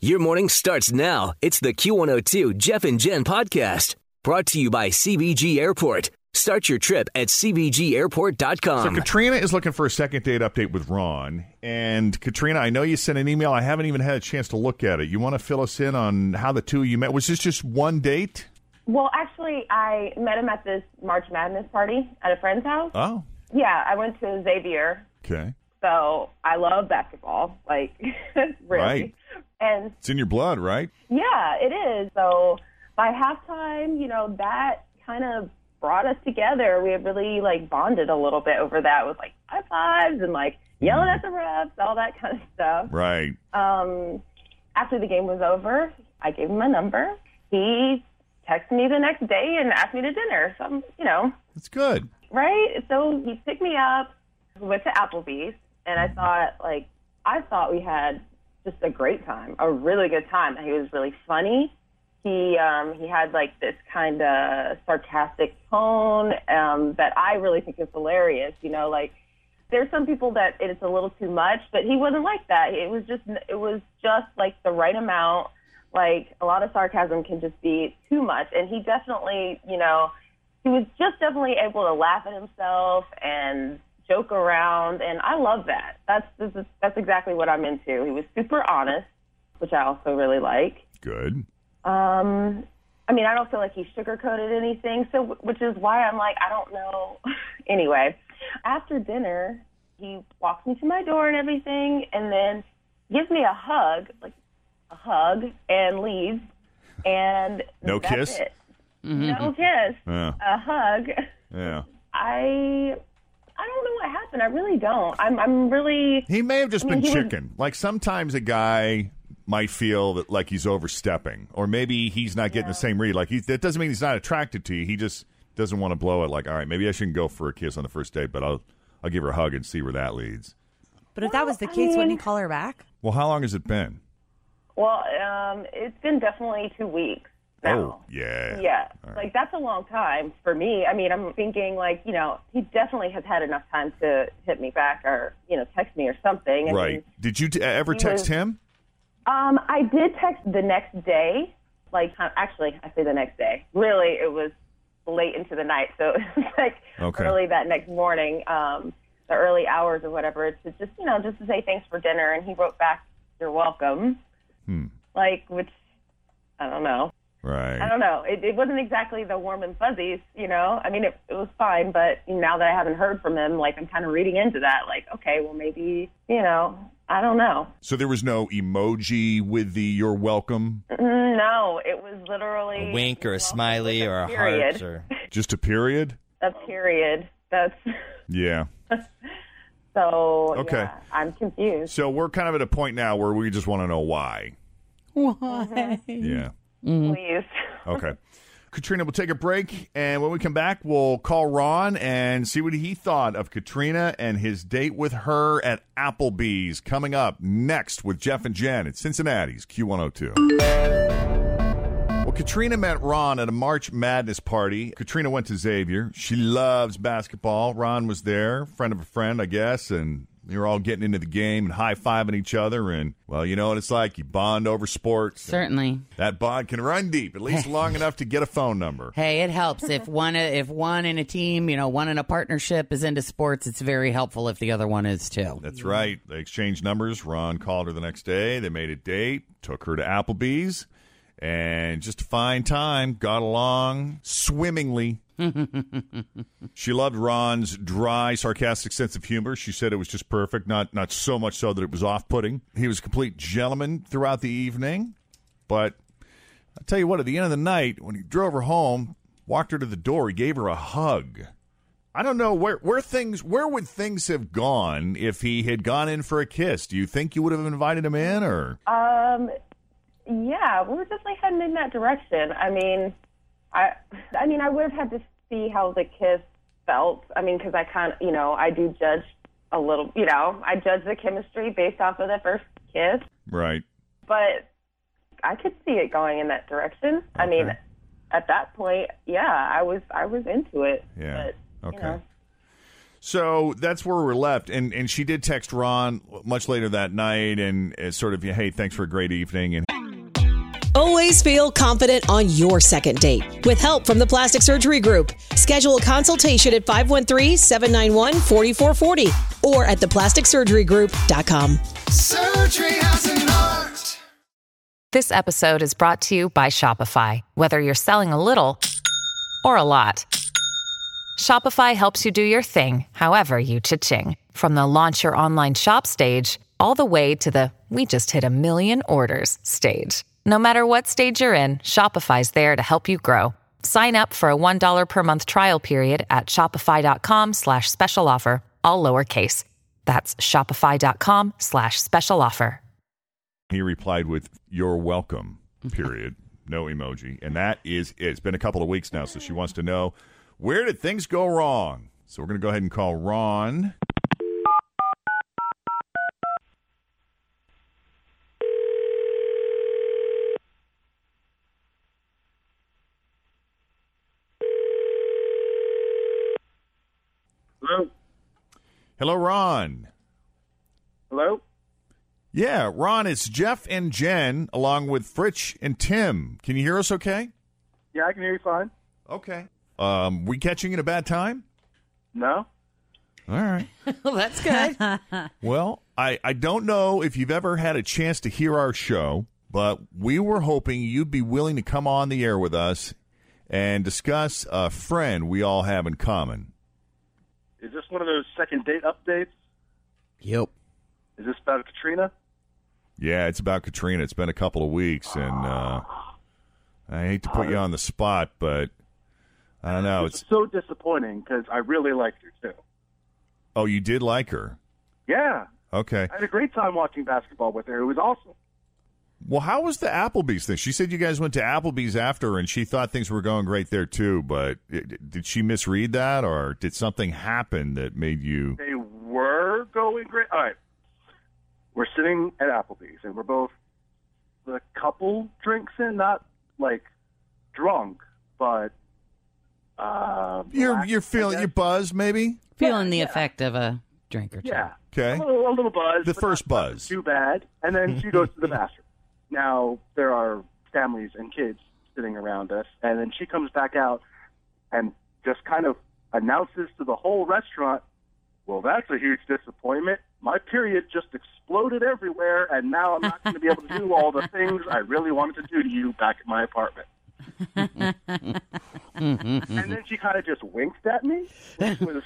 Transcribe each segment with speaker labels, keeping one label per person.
Speaker 1: Your morning starts now. It's the Q102 Jeff and Jen podcast brought to you by CBG Airport. Start your trip at
Speaker 2: Um,
Speaker 3: So
Speaker 1: CBGAirport.com.
Speaker 3: Katrina is looking for a second date update with Ron. And Katrina, I know you sent an email. I haven't even had a chance to look at it. You want to fill us in on how the two of you met? Was this just one date?
Speaker 4: Well, actually, I met him at this March Madness party at a friend's house.
Speaker 3: Oh,
Speaker 4: Yeah, I went to Xavier,
Speaker 3: okay.
Speaker 4: so I love basketball, like really.
Speaker 3: Right.
Speaker 4: And
Speaker 3: It's in your blood, right?
Speaker 4: yeah, it is. So by halftime, you know, that kind of brought us together. We had really like bonded a little bit over that with like high fives and like yelling at the refs, all that kind of stuff.
Speaker 3: Right.
Speaker 4: Um, after the game was over, I gave him my number. He texted me the next day and asked me to dinner. So I'm, you know,
Speaker 3: It's good.
Speaker 4: Right? So he picked me up, we went to Applebee's, and I thought, like, I thought we had just a great time, a really good time. He was really funny. He um, he had like this kind of sarcastic tone um, that I really think is hilarious. You know, like there's some people that it's a little too much, but he wasn't like that. It was just it was just like the right amount. Like a lot of sarcasm can just be too much, and he definitely, you know, he was just definitely able to laugh at himself and joke around, and I love that. That's this is, that's exactly what I'm into. He was super honest, which I also really like.
Speaker 3: Good.
Speaker 4: Um, I mean, I don't feel like he sugarcoated anything, so which is why I'm like, I don't know. anyway, after dinner, he walks me to my door and everything, and then gives me a hug, like a hug, and leaves. And
Speaker 3: No
Speaker 4: that's
Speaker 3: kiss? Uh.
Speaker 4: it.
Speaker 5: Mm-hmm.
Speaker 4: No kiss.
Speaker 3: Yeah.
Speaker 4: A hug.
Speaker 3: Yeah.
Speaker 4: I I don't know what happened. I really don't. I'm I'm really
Speaker 3: He may have just
Speaker 4: I mean,
Speaker 3: been
Speaker 4: he was-
Speaker 3: chicken. Like sometimes a guy might feel that like he's overstepping, or maybe he's not getting the same read. Like he's, that doesn't mean he's not attracted to you. He just doesn't want to blow it. Like all right, maybe I shouldn't go for a kiss on the first date, but I'll I'll give her a hug and see where that leads.
Speaker 5: But if that was the
Speaker 4: I
Speaker 5: case, wouldn't
Speaker 4: mean-
Speaker 5: you call her back?
Speaker 3: Well, how long has it been?
Speaker 4: well. Um, it's been definitely two weeks now.
Speaker 3: Oh, yeah.
Speaker 4: Yeah,
Speaker 3: All right.
Speaker 4: like that's a long time for me. I mean, I'm thinking like you know he definitely has had enough time to hit me back or you know text me or something. I mean,
Speaker 3: Right. Did you t- ever
Speaker 4: He
Speaker 3: text
Speaker 4: was-
Speaker 3: him?
Speaker 4: Um, I did text the next day. Like, uh, actually, I say the next day. Really, it was late into the night, so it was like
Speaker 3: Okay.
Speaker 4: early that next morning, um, the early hours or whatever, to just you know, just to say thanks for dinner. And he wrote back, "You're welcome."
Speaker 3: Hmm.
Speaker 4: Like, which I don't know.
Speaker 3: Right.
Speaker 4: I don't know. It, it wasn't exactly the warm and fuzzies, you know. I mean, it, it was fine, but now that I haven't heard from him, like I'm kind of reading into that. Like, okay, well, maybe you know, I don't know.
Speaker 3: so there was no emoji with the "you're welcome,"
Speaker 4: No, it was literally
Speaker 2: a wink or a
Speaker 4: Well,
Speaker 2: smiley
Speaker 4: it was
Speaker 2: or a
Speaker 4: period.
Speaker 2: heart or
Speaker 3: just a period.
Speaker 4: a period. That's
Speaker 3: Yeah.
Speaker 4: so.
Speaker 3: Okay.
Speaker 4: yeah, I'm confused.
Speaker 3: So we're kind of at a point now where we just want to know why.
Speaker 5: Why?
Speaker 3: Yeah.
Speaker 2: Hmm.
Speaker 4: Please.
Speaker 3: Okay. Katrina, we'll take a break, and when we come back, we'll call Ron and see what he thought of Katrina and his date with her at Applebee's. Coming up next with Jeff and Jen at Cincinnati's Q102. Well, Katrina met Ron at a March Madness party. Katrina went to Xavier. She loves basketball. Ron was there, friend of a friend, I guess, and You're all getting into the game and high fiving each other, and well, you know what it's like. You bond over sports.
Speaker 2: Certainly.
Speaker 3: That bond can run deep, at least long enough to get a phone number.
Speaker 2: Hey, it helps if one if one in a team, you know, one in a partnership is into sports. It's very helpful if the other one is too.
Speaker 3: That's right. They exchanged numbers. Ron called her the next day. They made a date, took her to Applebee's, and just a fine time. Got along swimmingly. she loved Ron's dry, sarcastic sense of humor. She said it was just perfect, not not so much so that it was off-putting. He was a complete gentleman throughout the evening, but I'll tell you what, at the end of the night, when he drove her home, walked her to the door, he gave her a hug. I don't know where where things where would things have gone if he had gone in for a kiss? Do you think you would have invited him in or
Speaker 4: Um, yeah, we were definitely heading in that direction. I mean, I, I mean, I would have had to see how the kiss felt. I mean, because I kind of, you know, I do judge a little. You know, I judge the chemistry based off of the first kiss,
Speaker 3: right?
Speaker 4: but I could see it going in that direction. I mean, at that point, yeah, I was, I was into it.
Speaker 3: Yeah.
Speaker 4: But,
Speaker 3: Okay.
Speaker 4: You know,
Speaker 3: So that's where we're left, and and she did text Ron much later that night, and uh, sort of, hey, thanks for a great evening, and
Speaker 6: Always feel confident on your second date. With help from the Plastic Surgery Group, schedule a consultation at 513 791 4440 or at theplasticsurgerygroup.com.
Speaker 7: Surgery has an art.
Speaker 8: This episode is brought to you by Shopify. Whether you're selling a little or a lot, Shopify helps you do your thing, however you cha-ching. From the launch your online shop stage, all the way to the we just hit a million orders stage. No matter what stage you're in, Shopify's there to help you grow. Sign up for a $1 per month trial period at shopify.com slash special offer, all lowercase. That's shopify.com slash special offer.
Speaker 3: he replied with "You're welcome." Period. no emoji, and that is it. It's been a couple of weeks now, so she wants to know where did things go wrong. So we're gonna go ahead and call Ron.
Speaker 9: Hello?
Speaker 3: Hello, Ron.
Speaker 9: Hello?
Speaker 3: Yeah, Ron, it's Jeff and Jen along with Fritch and Tim. Can you hear us okay?
Speaker 9: Yeah, I can hear you fine.
Speaker 3: Okay. Um, we catching you at a bad time?
Speaker 9: No?
Speaker 3: All right.
Speaker 2: Well, that's good.
Speaker 3: Well, I, I don't know if you've ever had a chance to hear our show, but we were hoping you'd be willing to come on the air with us and discuss a friend we all have in common.
Speaker 9: Is this one of those second date updates?
Speaker 2: yep.
Speaker 9: Is this about Katrina?
Speaker 3: Yeah, it's about Katrina. It's been a couple of weeks, and uh, I hate to put you on the spot, but I don't know. It's
Speaker 9: It's so disappointing because I really liked her too.
Speaker 3: oh, you did like her.
Speaker 9: Yeah.
Speaker 3: Okay.
Speaker 9: I had a great time watching basketball with her. It was awesome.
Speaker 3: Well, how was the Applebee's thing? She said you guys went to Applebee's after, and she thought things were going great there too. But i- i- did she misread that, or did something happen that made you?
Speaker 9: They were going great. All right. We're sitting at Applebee's and we're both the couple drinks in, not like drunk, but. Uh,
Speaker 3: You're
Speaker 9: relaxed,
Speaker 3: you're
Speaker 9: I
Speaker 3: feeling you're
Speaker 9: guess.
Speaker 3: buzzed, maybe.
Speaker 2: Feeling the effect of a drink or two.
Speaker 9: Yeah.
Speaker 3: Okay.
Speaker 9: A little, a little buzz.
Speaker 3: The
Speaker 9: but
Speaker 3: first
Speaker 9: not- not
Speaker 3: buzz. Mm-hmm.
Speaker 9: Too bad. And then she goes to the bathroom. Now, there are families and kids sitting around us. And then she comes back out and just kind of announces to the whole restaurant, well, that's a huge disappointment. My period just exploded everywhere, and now I'm not going to be able to do all the things I really wanted to do to you back at my apartment. and then she kind of just winked at me, which was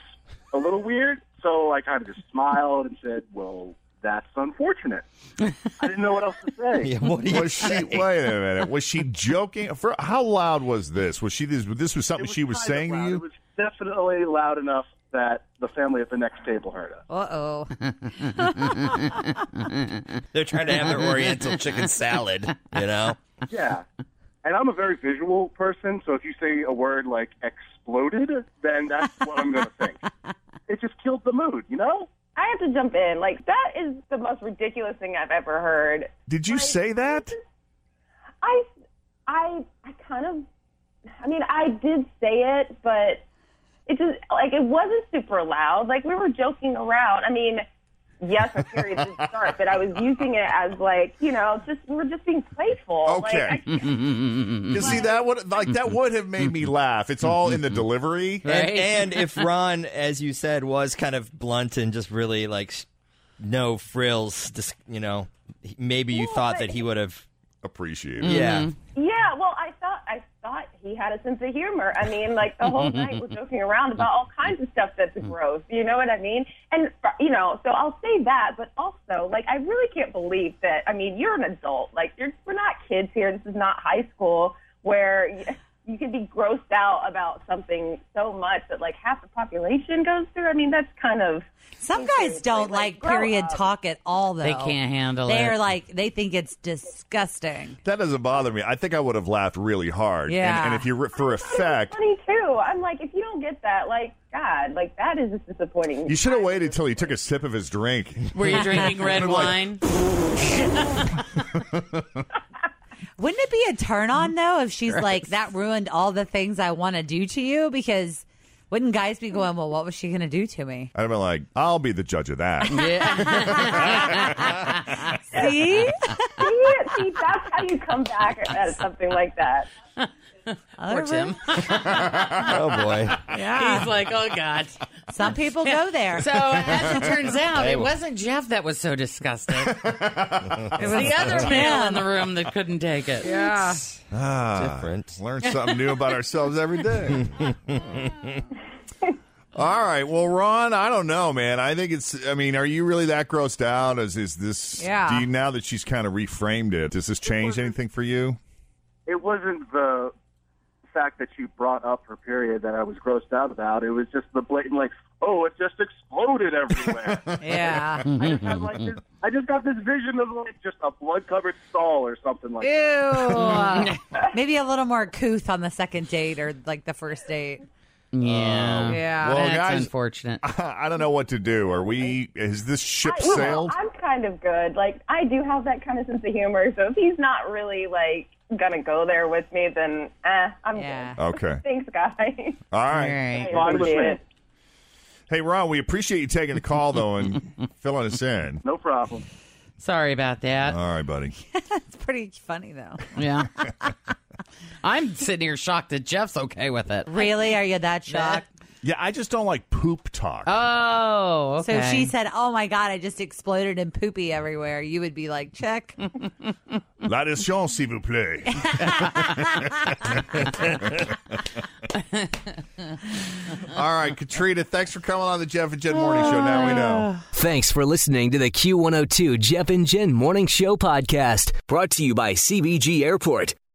Speaker 9: a little weird. So I kind of just smiled and said, "Well, that's unfortunate." I didn't know what else to say.
Speaker 2: What do
Speaker 3: Was she? Wait a minute. Was she joking? For how loud was this? Was she? This, this was
Speaker 9: It
Speaker 3: something she was
Speaker 9: kind of
Speaker 3: saying to
Speaker 9: loud. It
Speaker 3: you.
Speaker 9: was definitely loud enough that the family at the next table heard us.
Speaker 5: Uh oh.
Speaker 10: They're trying to have their Oriental chicken salad, you know?
Speaker 9: Yeah. And I'm a very visual person, so if you say a word like exploded, then that's what I'm going to think. It just killed the mood, you know?
Speaker 4: I have to jump in. Like that is the most ridiculous thing I've ever heard.
Speaker 3: Did you
Speaker 4: Like,
Speaker 3: say that?
Speaker 4: I, I, I kind of, I mean, I did say it, but it just like it wasn't super loud. Like we were joking around. I mean, yes, our period did start, but I was using it as like, you know, just we were just being playful. Like, I
Speaker 3: Okay. you see that would like that would have made me laugh. It's all in the delivery.
Speaker 11: And, and if Ron, as you said, was kind of blunt and just really like s- no frills, just, you know, he- maybe you thought that he would have
Speaker 3: appreciated.
Speaker 11: Yeah.
Speaker 2: Mm-hmm.
Speaker 3: Mhm.
Speaker 4: Yeah, well, I thought I thought he had a sense of humor. I mean, like the whole night we're joking around about all kinds of stuff that's gross. You know what I mean? And you know, so I'll say that, but also, like, I really can't believe that. I mean, you're an adult. Like, you're we're not kids here. This is not high school where you, you can be grossed out about something so much that like half the population goes through. I mean, that's kind of
Speaker 12: Some guys don't like period talk at all, though.
Speaker 3: They can't handle
Speaker 12: They're
Speaker 3: it.
Speaker 12: They're like, they think it's disgusting.
Speaker 3: That doesn't bother me. I think I would have laughed really hard. And-
Speaker 12: Yeah.
Speaker 3: And, if you re- for effect,
Speaker 4: funny too. I'm like, if you don't get that, like, God, like that is just disappointing.
Speaker 3: you should have waited till he took a sip of his drink.
Speaker 2: Were you drinking red
Speaker 3: Like,
Speaker 2: wine?
Speaker 12: Wouldn't it be a turn on though if she's like that ruined all the things I want to do to you? Because wouldn't guys be going, well, what was she going to do to me?
Speaker 3: I'd have been like, I'll be the judge of that.
Speaker 12: See?
Speaker 4: see, see, that's how you come back at something like that.
Speaker 2: Poor Tim.
Speaker 11: oh boy.
Speaker 2: He's like, oh god.
Speaker 12: Some people go there.
Speaker 2: So as it turns out,
Speaker 11: Hey,
Speaker 2: it
Speaker 11: well-
Speaker 2: wasn't Jeff that was so disgusted. it was
Speaker 11: was
Speaker 2: the other male in
Speaker 11: him.
Speaker 2: the room that couldn't take it.
Speaker 11: Yeah.
Speaker 3: Ah,
Speaker 11: Different.
Speaker 3: Learn something new about ourselves every day. All right. Well, Ron, I don't know, man. I think it's. I mean, are you really that grossed out? Is is this?
Speaker 9: Yeah.
Speaker 3: Do you now that she's kind of reframed it? Does this change anything for you?
Speaker 9: it wasn't the fact that you brought up her period that I was grossed out about. It was just the blatant, like, oh, it just exploded everywhere.
Speaker 12: yeah.
Speaker 9: I just, had, like, this, I just got this vision of like just a blood covered stall or something like that.
Speaker 12: Ew. Maybe a little more couth on the second date or like the first date.
Speaker 3: Yeah.
Speaker 12: Yeah.
Speaker 3: Well,
Speaker 12: That's
Speaker 3: guys,
Speaker 2: unfortunate.
Speaker 3: I don't know what to do. Are we? Is this ship
Speaker 4: I,
Speaker 3: sailed?
Speaker 4: am kind of good. Like I do have that kind of sense of humor. So if he's not really like gonna go there with me, then eh, I'm good.
Speaker 3: Okay.
Speaker 4: Thanks, guys.
Speaker 3: All right.
Speaker 4: I appreciate it.
Speaker 3: Hey, Ron, we appreciate you taking the call though and filling us in.
Speaker 9: No problem.
Speaker 2: Sorry about
Speaker 8: Uh,
Speaker 2: that.
Speaker 3: All right, buddy.
Speaker 12: It's pretty funny though.
Speaker 2: Yeah. I'm sitting here shocked that Jeff's okay with it.
Speaker 12: Really? Are you that shocked?
Speaker 3: Yeah, I just don't like poop talk.
Speaker 2: Oh, okay.
Speaker 12: So she said, "Oh my god, I just exploded in poopy everywhere." You would be like, "Check."
Speaker 3: La leçon, s'il vous plaît. All right, Katrina, thanks for coming on the Jeff and Jen Morning Show. Now we know.
Speaker 1: Thanks for listening to the Q102 Jeff and Jen Morning Show podcast, brought to you by CBG Airport.